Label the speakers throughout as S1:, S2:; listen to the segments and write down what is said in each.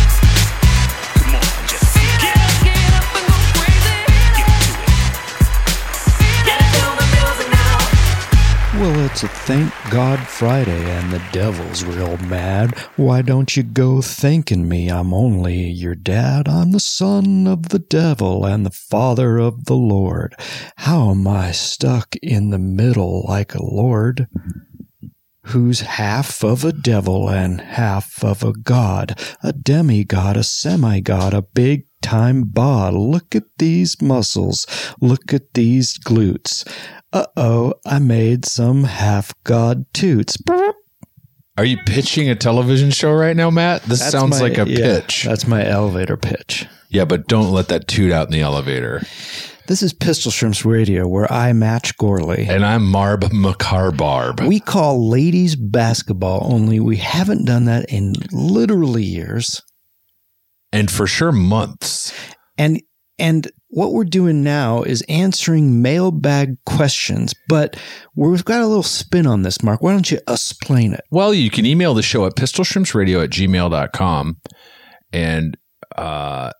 S1: Come on, just get up,
S2: Get up and go crazy.
S1: get to it.
S2: Get into the music now.
S3: Well, it's a thank God Friday, and the devil's real mad. Why don't you go thanking me? I'm only your dad. I'm the son of the devil and the father of the Lord. How am I stuck in the middle like a lord? Who's half of a devil and half of a god, a demigod, a semigod, a big time bod. Look at these muscles. Look at these glutes. Uh oh, I made some half god toots.
S4: Are you pitching a television show right now, Matt? This
S3: That's
S4: sounds
S3: my-
S4: like a
S3: yeah,
S4: pitch.
S3: That's my elevator pitch.
S4: Yeah, but don't let that toot out in the elevator.
S3: This is Pistol Shrimps Radio, where I match Gorley.
S4: And I'm Marb McCarbarb.
S3: We call ladies basketball, only we haven't done that in literally years.
S4: and for sure, months.
S3: And and what we're doing now is answering mailbag questions, but we've got a little spin on this, Mark. Why don't you explain it?
S4: Well, you can email the show at pistolshrimpsradio at gmail.com. And uh,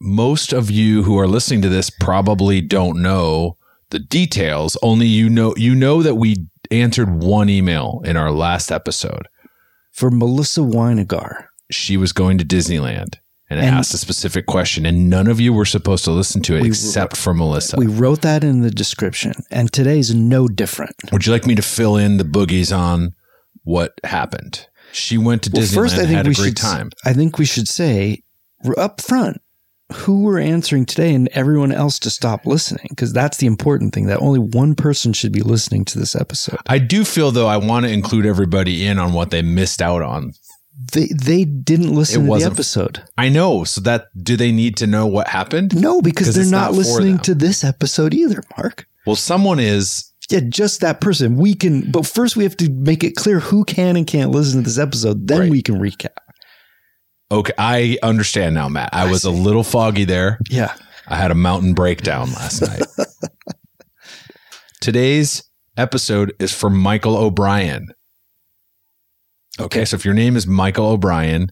S4: most of you who are listening to this probably don't know the details. Only you know you know that we answered one email in our last episode.
S3: For Melissa Weinegar.
S4: she was going to Disneyland and,
S3: And-
S4: asked a specific question, and none of you were supposed to listen to it
S3: We-
S4: except for Melissa.
S3: We wrote that in the description, and today's no different.
S4: Would you like me to fill in the boogies on what happened? She went to Disneyland and had a
S3: we
S4: great
S3: should,
S4: time.
S3: I think we should say we're up front who we're answering today and everyone else to stop listening because that's the important thing that only one person should be listening to this episode.
S4: I do feel though I want to include everybody in on what they missed out on.
S3: They they didn't listen to the
S4: wasn't-
S3: episode.
S4: I know. So that do they need to know what happened?
S3: No, because
S4: 'Cause
S3: they're
S4: it's
S3: not,
S4: not for
S3: listening
S4: them.
S3: to this episode either, Mark.
S4: Well, someone is
S3: Yeah, just that person. We can, but first we have to make it clear who can and can't listen to this episode. Then
S4: Right.
S3: we can recap.
S4: okay. I understand now, Matt. I was a little foggy there.
S3: Yeah.
S4: I had a mountain breakdown last night. Today's episode is for Michael O'Brien. Okay, so if your name is Michael O'Brien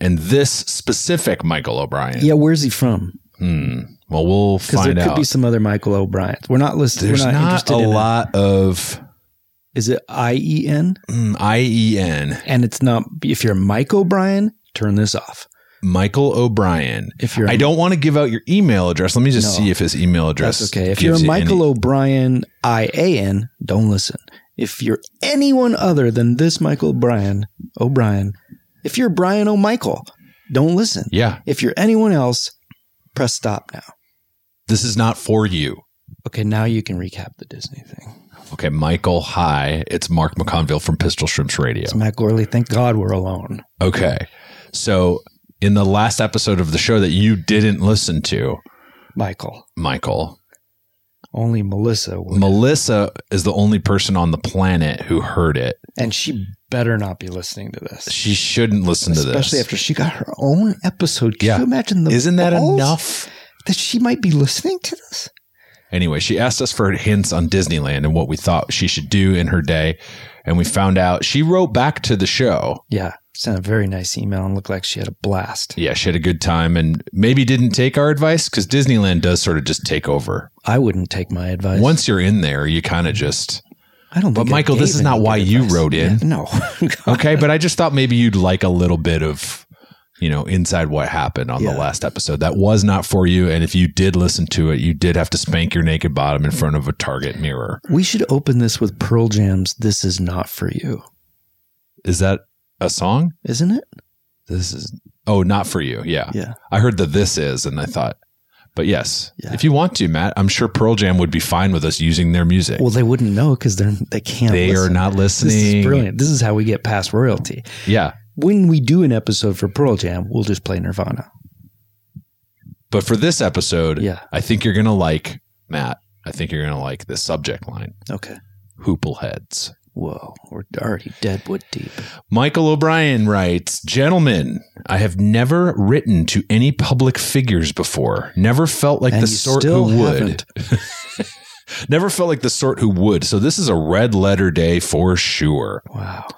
S4: and this specific Michael O'Brien,
S3: Yeah. Where's he from?
S4: hmm, well, we'll
S3: Because there
S4: find
S3: could
S4: out.
S3: be some other Michael O'Brien. We're not listening.
S4: There's
S3: we're not,
S4: not,
S3: interested
S4: a
S3: in it.
S4: lot of
S3: Is it I E N?
S4: mm, IEN.
S3: And it's not. If you're Mike O'Brien, turn this off.
S4: Michael O'Brien.
S3: If you're-
S4: I don't want to give out your email address. Let me just
S3: No.
S4: see if his email address.
S3: That's okay. If you're
S4: gives you
S3: Michael
S4: any-
S3: O'Brien I A N, don't listen. If you're anyone other than this Michael O'Brien, O'Brien, if you're Brian O'Michael, don't listen.
S4: yeah,
S3: If you're anyone else, press stop now.
S4: this is not for you.
S3: Okay, now you can recap the Disney thing.
S4: Okay, Michael, hi. It's Mark McConville from Pistol Shrimps Radio.
S3: It's Matt Gorley. Thank God we're alone.
S4: Okay. So, in the last episode of the show that you didn't listen to,
S3: Michael,
S4: Michael,
S3: only Melissa, would,
S4: Melissa is the only person on the planet who heard it.
S3: and she better not be listening to this.
S4: She shouldn't listen to this.
S3: Especially after she got her own episode. Can
S4: Yeah.
S3: you imagine the
S4: Isn't that
S3: balls
S4: enough?
S3: that she might be listening to this?
S4: Anyway, she asked us for hints on Disneyland and what we thought she should do in her day. And we found out she wrote back to the show.
S3: Yeah, sent a very nice email and looked like she had a blast.
S4: Yeah, she had a good time and maybe didn't take our advice because Disneyland does sort of just take over.
S3: I wouldn't take my advice.
S4: Once you're in there, you kind of just.
S3: I don't.
S4: But
S3: think I
S4: Michael, this
S3: gave
S4: is not
S3: any
S4: why
S3: good
S4: you
S3: advice.
S4: wrote in.
S3: Yeah, no.
S4: Okay, but I just thought maybe you'd like a little bit of, you know, inside what happened on
S3: Yeah.
S4: the last episode. That was not for you. And if you did listen to it, you did have to spank your naked bottom in front of a Target mirror.
S3: we should open this with Pearl Jam's "This Is Not for You,"
S4: Is that a song?
S3: isn't it?
S4: This is, oh, not for you. Yeah.
S3: Yeah.
S4: I heard the this is, and I thought, But yes,
S3: Yeah.
S4: if you want to, Matt, I'm sure Pearl Jam would be fine with us using their music.
S3: Well, they wouldn't know because they're they can't.
S4: they are
S3: listen.
S4: not listening.
S3: This is brilliant. This is how we get past royalty.
S4: Yeah.
S3: When we do an episode for Pearl Jam, we'll just play Nirvana.
S4: But for this episode,
S3: Yeah.
S4: I think you're going to like, Matt, I think you're going to like this subject line
S3: Okay.
S4: Hoople Heads.
S3: Whoa, we're already dead wood deep.
S4: Michael O'Brien writes, Gentlemen, I have never written to any public figures before. Never felt like
S3: And
S4: the
S3: you
S4: sort
S3: still
S4: who would.
S3: haven't.
S4: Never felt like the sort who would. So this is a red letter day for sure.
S3: Wow.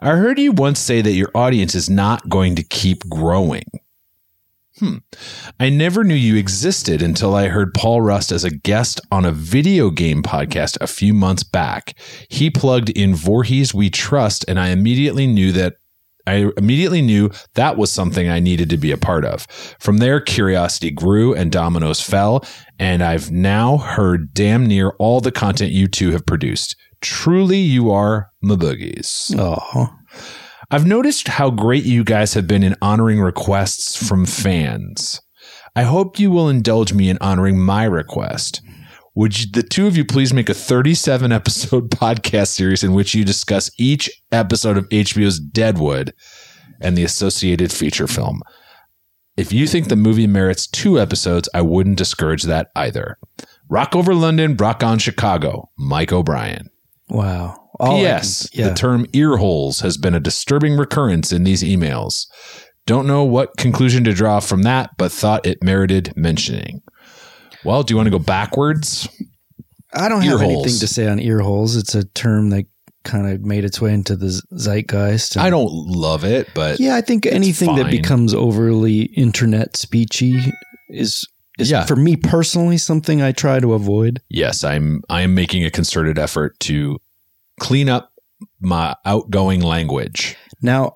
S4: I heard you once say that your audience is not going to keep growing. Hmm. I never knew you existed until I heard Paul Rust as a guest on a video game podcast a few months back. He plugged in Voorhees We Trust, and I immediately knew that. I immediately knew that was something I needed to be a part of. From there, curiosity grew and dominoes fell, and I've now heard damn near all the content you two have produced. Truly, you are my boogies.
S3: Oh,
S4: I've noticed how great you guys have been in honoring requests from fans. I hope you will indulge me in honoring my request. Would you, the two of you please make a 37 episode podcast series in which you discuss each episode of HBO's Deadwood and the associated feature film? If you think the movie merits two episodes, I wouldn't discourage that either. Rock over London, rock on Chicago. Mike O'Brien.
S3: wow. All I
S4: P.S.
S3: can- yeah.
S4: The term ear holes has been a disturbing recurrence in these emails. Don't know what conclusion to draw from that, but thought it merited mentioning. Well, do you want to go backwards?
S3: I don't
S4: ear
S3: have
S4: holes.
S3: anything to say on ear holes. It's a term that kind of made its way into the zeitgeist. and-
S4: I don't love it, but
S3: Yeah, I think anything that
S4: fine.
S3: becomes overly internet speechy is is
S4: Yeah.
S3: for me personally something I try to avoid.
S4: yes, I'm I am making a concerted effort to clean up my outgoing language,
S3: Now,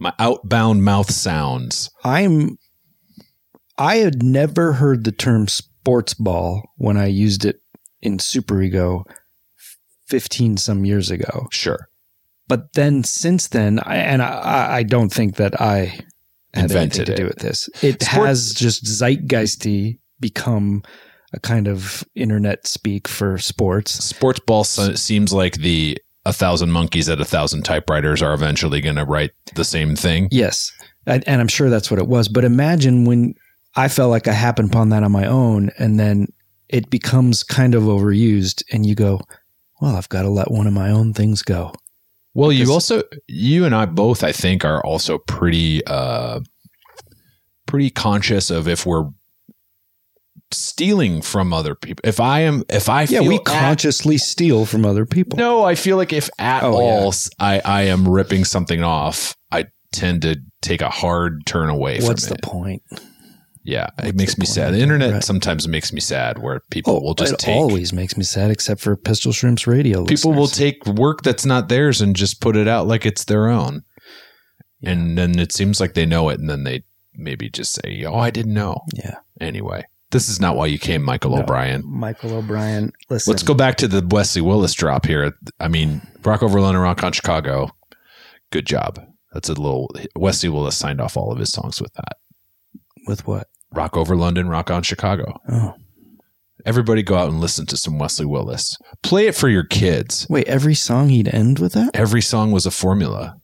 S4: my outbound mouth sounds.
S3: I'm I had never heard the term sports ball when I used it in Super Ego 15 some years ago.
S4: Sure.
S3: But then since then I, and I- I, I don't think that I had
S4: Invented
S3: anything to
S4: it.
S3: do with this. It
S4: Sport-
S3: has just zeitgeisty become a kind of internet speak for sports.
S4: Sports ball so- seems like the a thousand monkeys at a thousand typewriters are eventually going to write the same thing.
S3: Yes. And, and I'm sure that's what it was. But imagine when I felt like I happened upon that on my own and then it becomes kind of overused and you go, well, I've got to let one of my own things go.
S4: Well, you also you and I both I think are also pretty uh pretty conscious of if we're stealing from other people. If I am if I
S3: Yeah,
S4: feel
S3: we
S4: at-
S3: consciously steal from other people.
S4: No, I feel like if at
S3: Oh,
S4: all s- I I am ripping something off, I tend to take a hard turn away
S3: What's the
S4: from it.
S3: point?
S4: yeah, it makes me sad. The internet sometimes makes me sad where people will just
S3: Oh, it
S4: take
S3: always makes me sad, except for Pistol Shrimps Radio.
S4: people will
S3: listeners.
S4: take work that's not theirs and just put it out like it's their own and then it seems like they know it and then they maybe just say oh i didn't know
S3: Yeah.
S4: anyway this is not why you came michael o'brien
S3: Michael O'Brien. Listen,
S4: let's go back to the wesley willis drop here i mean rock over london rock on chicago good job that's a little wesley willis signed off all of his songs with that
S3: with what?
S4: rock over london rock on chicago
S3: Oh,
S4: everybody go out and listen to some wesley willis play it for your kids
S3: wait. Every song he'd end with that.
S4: every song was a formula.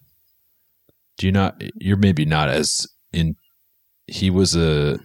S4: Do you not? You're maybe not as in. He was a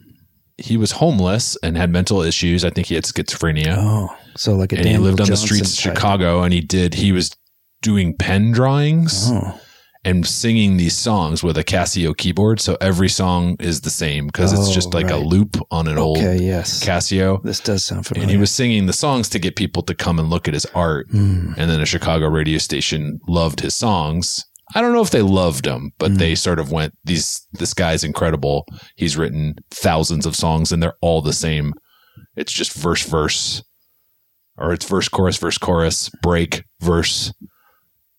S4: he was homeless and had mental issues. I think he had schizophrenia,
S3: Oh, so like a
S4: and he lived on
S3: Daniel
S4: the streets of
S3: Johnson type.
S4: Chicago. And he did. He was doing pen drawings
S3: Oh,
S4: and singing these songs with a Casio keyboard. So every song is the same because it's
S3: Oh,
S4: just like a
S3: right.
S4: loop on an old
S3: okay. Yes.
S4: Casio.
S3: This does sound familiar.
S4: And he was singing the songs to get people to come and look at his art.
S3: Hmm.
S4: And then a Chicago radio station loved his songs. I don't know if they loved him, but
S3: Hmm.
S4: they sort of went, "These this guy's incredible. He's written thousands of songs, and they're all the same. It's just verse verse, or it's verse chorus verse chorus break verse,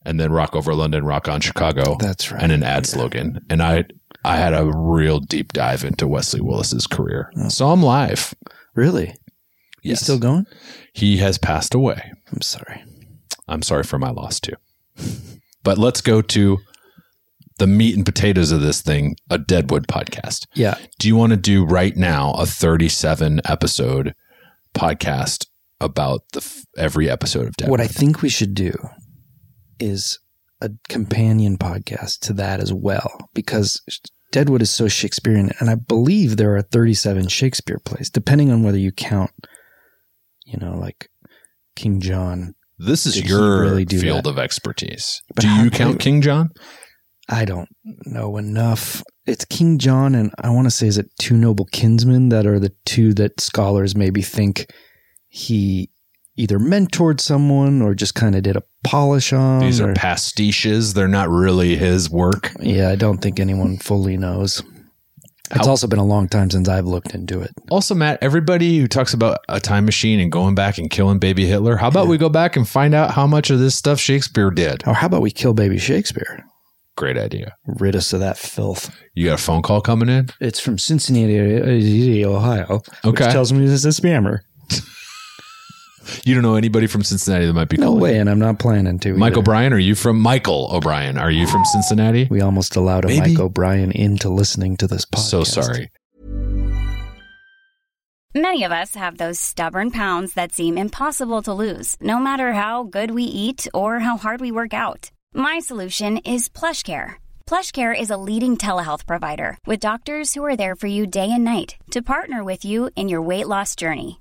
S4: and then rock over London, rock on Chicago.
S3: That's right.
S4: and an ad slogan. And I I had a real deep dive into Wesley Willis's career.
S3: Hmm.
S4: Saw him live.
S3: Really? He's
S4: Yes.
S3: still going?
S4: He has passed away.
S3: I'm sorry.
S4: I'm sorry for my loss too. But let's go to the meat and potatoes of this thing, a Deadwood podcast.
S3: Yeah.
S4: Do you want to do right now a 37 episode podcast about the f- every episode of Deadwood?
S3: What I think we should do is a companion podcast to that as well, because Deadwood is so Shakespearean, and I believe there are 37 Shakespeare plays, depending on whether you count, you know, like King John.
S4: this is
S3: Did he
S4: your
S3: really do
S4: field
S3: that?
S4: of expertise.
S3: But
S4: do
S3: how
S4: you
S3: can
S4: count
S3: we-
S4: King John?
S3: I don't know enough. It's King John, and I want to say, is it two noble kinsmen that are the two that scholars maybe think he either mentored someone or just kind of did a polish on?
S4: These are
S3: or-
S4: pastiches. They're not really his work.
S3: Yeah, I don't think anyone fully knows. It's
S4: How-
S3: also been a long time since I've looked into it.
S4: Also, Matt, everybody who talks about a time machine and going back and killing baby Hitler, how about we go back and find out how much of this stuff Shakespeare did?
S3: Or Oh, how about we kill baby Shakespeare?
S4: Great idea.
S3: Rid us of that filth.
S4: You got a phone call coming in?
S3: It's from Cincinnati, Ohio. which
S4: Okay.
S3: tells me this is a spammer.
S4: You don't know anybody from Cincinnati that might be
S3: No
S4: calling.
S3: way, and I'm not planning to.
S4: Mike
S3: either.
S4: O'Brien, are you from Michael O'Brien? Are you from Cincinnati?
S3: We almost allowed a
S4: Maybe.
S3: Mike O'Brien into listening to this podcast.
S4: So sorry.
S5: Many of us have those stubborn pounds that seem impossible to lose, no matter how good we eat or how hard we work out. My solution is PlushCare. PlushCare is a leading telehealth provider with doctors who are there for you day and night to partner with you in your weight loss journey.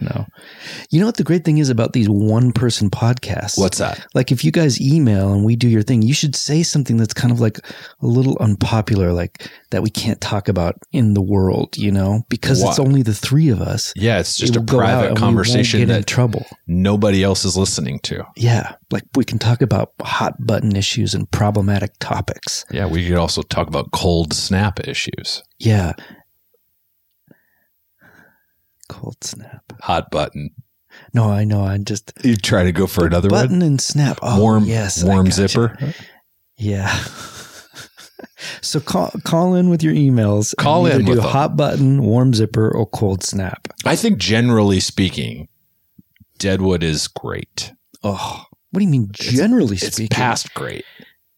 S3: No. You know what the great thing is about these one person podcasts?
S4: What's that?
S3: like if you guys email and we do your thing, you should say something that's kind of like a little unpopular, like that we can't talk about in the world, you know, because it's
S4: Why?
S3: only the three of us.
S4: Yeah, it's just
S3: It
S4: a
S3: will go out and we
S4: private
S3: won't
S4: conversation
S3: get in
S4: that
S3: trouble.
S4: nobody else is listening to.
S3: Yeah, like we can talk about hot button issues and problematic topics.
S4: Yeah, we could also talk about cold snap issues,
S3: Yeah. Cold snap.
S4: hot button.
S3: No, I know. I just
S4: You try to go for another
S3: button
S4: one.
S3: and snap. Oh,
S4: warm,
S3: yes, I
S4: warm
S3: gotcha.
S4: zipper.
S3: Yeah. so call call in with your emails. and
S4: Call
S3: either
S4: in
S3: Do
S4: with them.
S3: hot button, warm zipper, or cold snap.
S4: I think generally speaking, Deadwood is great.
S3: Oh, what do you mean? Generally
S4: It's
S3: speaking,
S4: past great.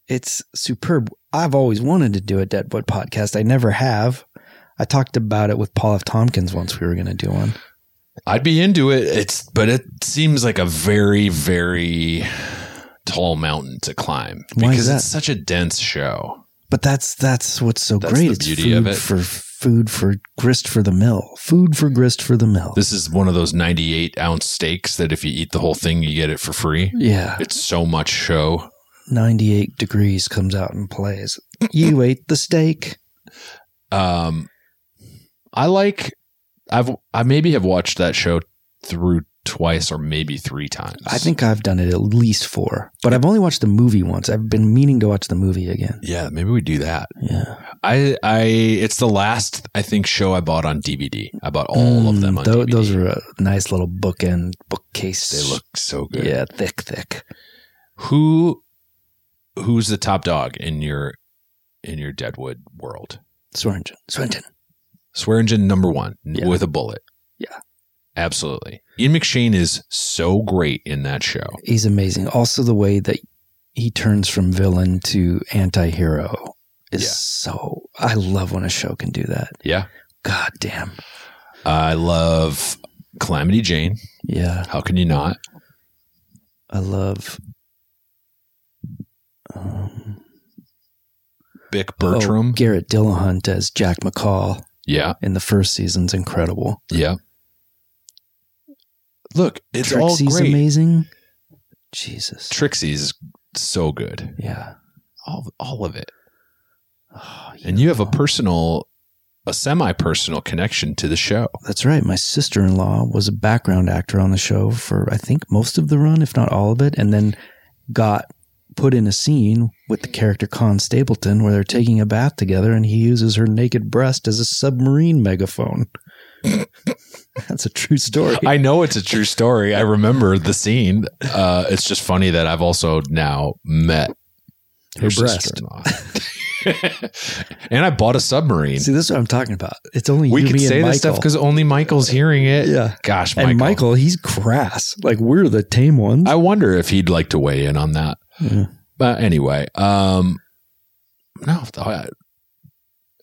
S3: it's superb. I've always wanted to do a Deadwood podcast. I never have. I talked about it with Paul F. Tompkins once we were going to do one.
S4: I'd be into it. It's but it seems like a very very tall mountain to climb
S3: Why is
S4: because it's
S3: that?
S4: such a dense show.
S3: But that's that's what's so
S4: That's
S3: great.
S4: the
S3: it's
S4: beauty
S3: food
S4: of it.
S3: for food for grist for the mill. Food for grist for the mill.
S4: This is one of those 98 ounce steaks that if you eat the whole thing, you get it for free.
S3: yeah,
S4: It's so much show.
S3: 98 degrees comes out and plays. You ate the steak.
S4: Um, I like. I've I maybe have watched that show through twice or maybe three times.
S3: I think I've done it at least four, but I've only watched the movie once. I've been meaning to watch the movie again.
S4: Yeah, maybe we do that.
S3: Yeah,
S4: I I it's the last I think show I bought on DVD. I bought all of them on
S3: Mm, Tho-
S4: DVD.
S3: Those are a nice little bookend bookcase.
S4: they look so good.
S3: yeah, thick, thick.
S4: Who who's the top dog in your in your Deadwood world?
S3: Swearingen, Swenton.
S4: Swear engine number one n-
S3: Yeah.
S4: with a bullet.
S3: Yeah.
S4: Absolutely. Ian McShane is so great in that show.
S3: He's amazing. Also, the way that he turns from villain to anti-hero is
S4: Yeah.
S3: so. I love when a show can do that.
S4: Yeah.
S3: God damn.
S4: I love Calamity Jane.
S3: Yeah,
S4: How can you not?
S3: I love. oh, Um,
S4: Bick
S3: oh,
S4: Bertram.
S3: Garrett Dillahunt as Jack McCall
S4: yeah.
S3: in the first season's incredible.
S4: Yeah. Look, it's all
S3: Trixie's
S4: great.
S3: amazing. Jesus.
S4: Trixie's so good.
S3: Yeah.
S4: all all of it. And you have a personal, a semi-personal connection to the show.
S3: That's right. My sister in law was a background actor on the show for, I think, most of the run, if not all of it, and then got put in a scene with the character Con Stapleton where they're taking a bath together and he uses her naked breast as a submarine megaphone. That's a true story.
S4: I know it's a true story. I remember the scene. Uh, it's just funny that I've also now met
S3: Her breast.
S4: sister-in-law. and I bought a submarine.
S3: See, this is what I'm talking about. It's only
S4: we
S3: you,
S4: can
S3: me,
S4: say
S3: and Michael.
S4: this stuff because only Michael's hearing it.
S3: Yeah.
S4: Gosh, Michael.
S3: and Michael, he's crass. Like we're the tame ones.
S4: I wonder if he'd like to weigh in on that. But anyway, um, no, I,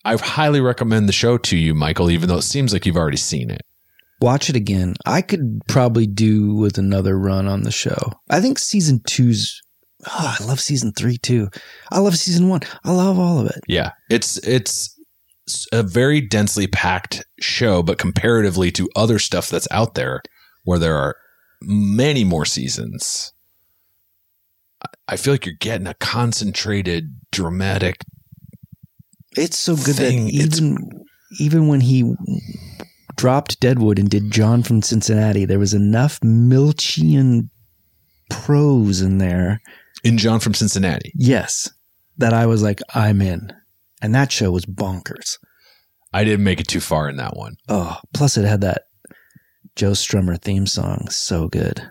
S4: I highly recommend the show to you, Michael, even though it seems like you've already seen it.
S3: Watch it again. I could probably do with another run on the show. I think season two's. Oh, I love season three too. I love season one. I love all of it.
S4: Yeah, it's it's a very densely packed show, but comparatively to other stuff that's out there, where there are many more seasons, I- I feel like you're getting a concentrated, dramatic.
S3: It's so good
S4: Thing,
S3: that
S4: it's-
S3: even even when he dropped Deadwood and did John from Cincinnati, there was enough Milchian prose in there.
S4: In John from Cincinnati,
S3: Yes, that I was like, I'm in. And that show was bonkers.
S4: I didn't make it too far in that one.
S3: Oh, plus it had that Joe Strummer theme song. So good.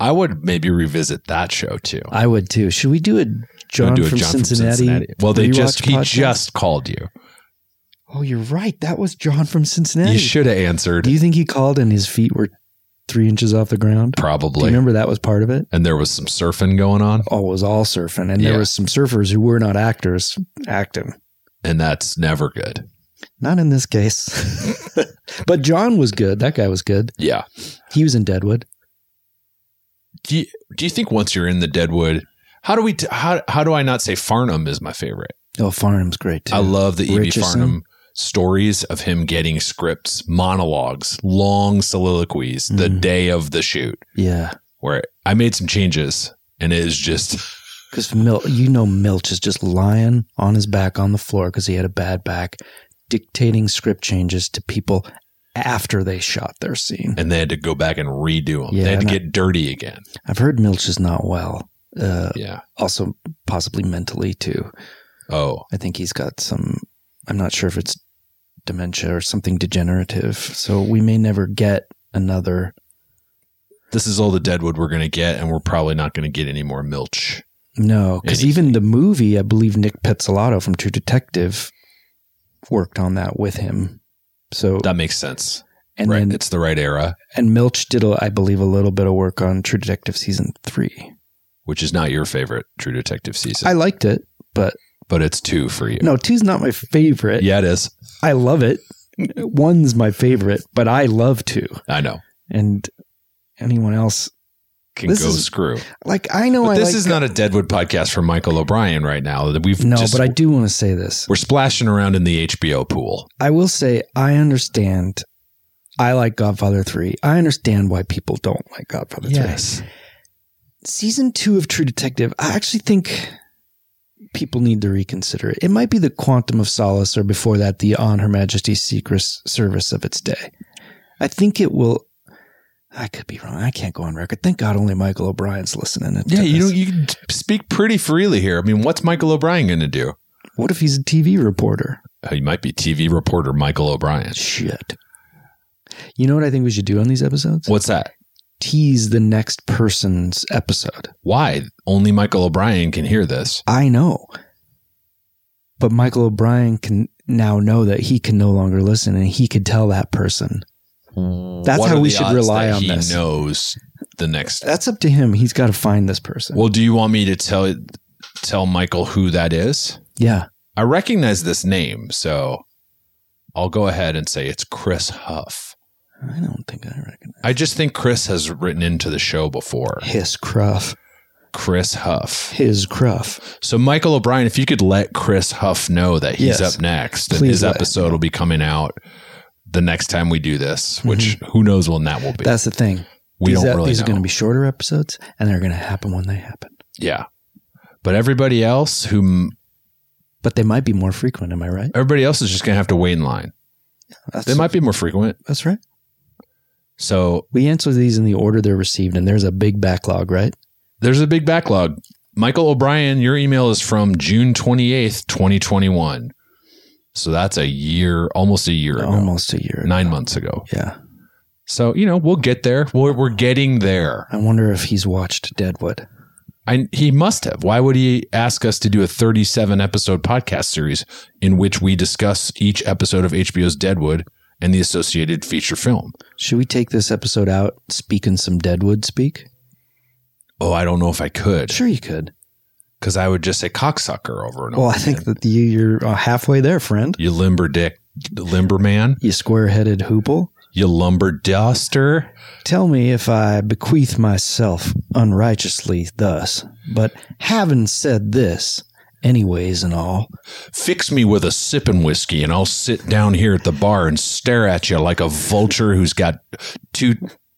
S4: I would maybe revisit that show too.
S3: I would too. Should we do a John,
S4: Gonna do a
S3: from, Cincinnati
S4: Well, they
S3: rewatch
S4: just he
S3: podcast?
S4: just called you.
S3: Oh, you're right. That was John from Cincinnati.
S4: You should have answered
S3: Do you think he called and his feet were three inches off the ground? Do you
S4: probably.
S3: remember that was part of it?
S4: And there was some surfing going on,
S3: Oh, it was all surfing, and there
S4: Yeah.
S3: was some surfers who were not actors acting.
S4: and that's never good.
S3: Not in this case, but John was good. That guy was good.
S4: Yeah.
S3: He was in Deadwood.
S4: do you, do you think once you're in the Deadwood, how do we t- how how do I not say Farnham is my favorite?
S3: Oh, Farnham's great too.
S4: I love the E.B.
S3: Richardson.
S4: Farnham stories of him getting scripts, monologues, long soliloquies the
S3: Mm.
S4: day of the shoot
S3: Yeah,
S4: where I made some changes and it is just
S3: Because Milch, you know, Milch is just lying on his back on the floor because he had a bad back, dictating script changes to people after they shot their scene.
S4: and they had to go back and redo them.
S3: Yeah,
S4: they had to
S3: and I-
S4: get dirty again.
S3: I've heard Milch is not well. Uh,
S4: Yeah.
S3: Also, possibly mentally too.
S4: Oh,
S3: I think he's got some. I'm not sure if it's dementia or something degenerative. So we may never get another.
S4: this is all the Deadwood we're going to get and we're probably not going to get any more Milch.
S3: No, because even the movie, I believe Nick Pizzolatto from True Detective worked on that with him. So
S4: That makes sense.
S3: and
S4: right.
S3: then
S4: it's the right era,
S3: and Milch did, a, I believe, a little bit of work on True Detective season three.
S4: which is not your favorite True Detective season,
S3: I liked it, but
S4: but it's two for you.
S3: no, two's not my favorite.
S4: Yeah, it is.
S3: I love it. One's my favorite, but I love two.
S4: I know.
S3: And anyone else,
S4: can
S3: This
S4: go
S3: is-
S4: screw.
S3: like I know,
S4: But
S3: I
S4: this
S3: like,
S4: is not a Deadwood podcast for Michael O'Brien right now. That We've
S3: no,
S4: just-
S3: but I do want to say this.
S4: we're splashing around in the HBO pool.
S3: I will say I understand. I like Godfather three. I understand why people don't like Godfather three. season two of True Detective, I actually think people need to reconsider it. It might be the Quantum of Solace or before that, the On Her Majesty's Secret Service of its day. I think it will. I could be wrong. I can't go on record. Thank God only Michael O'Brien's listening. to
S4: Yeah, you
S3: this.
S4: know, you can speak pretty freely here. I mean, what's Michael O'Brien going to do?
S3: What if he's a TV reporter?
S4: Uh, He might be TV reporter Michael O'Brien.
S3: Shit. You know what I think we should do on these episodes?
S4: What's that?
S3: Tease the next person's episode.
S4: Why only Michael O'Brien can hear this?
S3: I know. But Michael O'Brien can now know that he can no longer listen and he could tell that person. That's
S4: Hmm. What
S3: how
S4: are
S3: we
S4: the
S3: should
S4: odds
S3: rely
S4: that
S3: on
S4: he
S3: this.
S4: Knows the next.
S3: That's up to him. He's got to find this person.
S4: Well, do you want me to tell tell Michael who that is?
S3: yeah.
S4: I recognize this name, so I'll go ahead and say it's Chris Huff.
S3: I don't think I recognize
S4: I just think Chris has written into the show before.
S3: his cruff.
S4: Chris Huff.
S3: His cruff.
S4: So Michael O'Brien, if you could let Chris Huff know that he's
S3: Yes.
S4: up next, and
S3: Please
S4: his
S3: let
S4: episode will be coming out the next time we do this, which who knows when that will be.
S3: Mm-hmm. That's the thing.
S4: we
S3: these
S4: don't
S3: ep-
S4: really
S3: these are
S4: know.
S3: going to be shorter episodes and they're going to happen when they happen.
S4: yeah. But everybody else who
S3: But they might be more frequent. Am I right?
S4: everybody else is just going to have to wait in line.
S3: That's,
S4: They might be more frequent.
S3: That's right.
S4: So
S3: We answer these in the order they're received, and there's a big backlog, right?
S4: there's a big backlog. Michael O'Brien, your email is from June 28th, 2021. So that's a year, almost a year ago,
S3: Almost a year.
S4: nine months ago.
S3: Yeah.
S4: So, you know, we'll get there. We're, we're getting there.
S3: I wonder if he's watched Deadwood.
S4: I, he must have. Why would he ask us to do a 37 episode podcast series in which we discuss each episode of HBO's Deadwood and the associated feature film?
S3: Should we take this episode out speaking some Deadwood speak?
S4: Oh, I don't know if I could
S3: Sure, you could.
S4: because I would just say cocksucker over and over.
S3: Well, I think that you, you're uh, halfway there, friend.
S4: you limber dick, limber man,
S3: You square headed hoople.
S4: you lumber duster.
S3: Tell me if I bequeath myself unrighteously thus, but having said this, anyways and all,
S4: Fix me with a sipping whiskey and I'll sit down here at the bar and stare at you like a vulture who's got two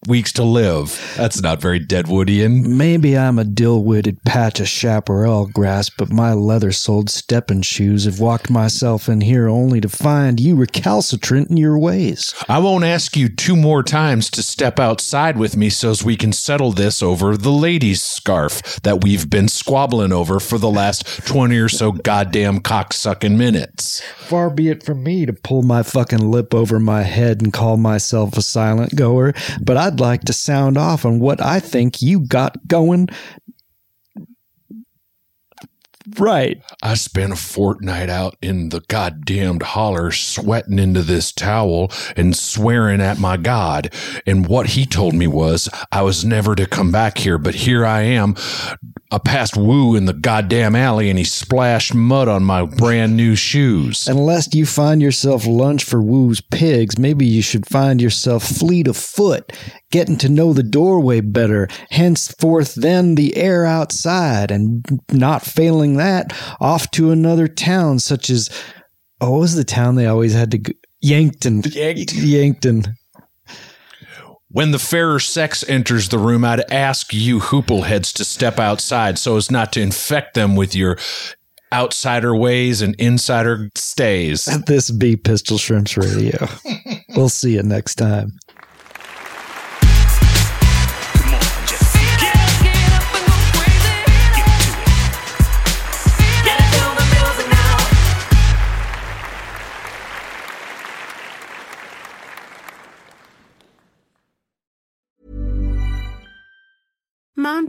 S4: weeks to live. That's not very Deadwoodian.
S3: maybe I'm a dill witted patch of chaparral grass, but my leather soled stepping shoes have walked myself in here only to find you recalcitrant in your ways.
S4: I won't ask you two more times to step outside with me so's we can settle this over the lady's scarf that we've been squabbling over for the last 20 or so goddamn cocksucking minutes.
S3: Far be it from me to pull my fucking lip over my head and call myself a silent goer, but I'd like to sound off on what I think you got going. Right.
S4: I spent a fortnight out in the goddamned holler sweating into this towel and swearing at my God. And what he told me was I was never to come back here, but here I am. I passed Woo in the goddamn alley and he splashed mud on my brand new shoes.
S3: Unless you find yourself lunch for Woo's pigs, maybe you should find yourself fleet of foot, getting to know the doorway better, henceforth then the air outside, and not failing that, off to another town such as oh, what was the town they always had to go? Yankton. Yankton.
S4: When the fairer sex enters the room, I'd ask you hoopleheads to step outside so as not to infect them with your outsider ways and insider stays.
S3: This be Pistol Shrimps Radio. we'll see you next time.
S1: Come on, just get up.
S2: Get up and go crazy.
S1: Get to it.
S2: Get into the music now.
S6: Mom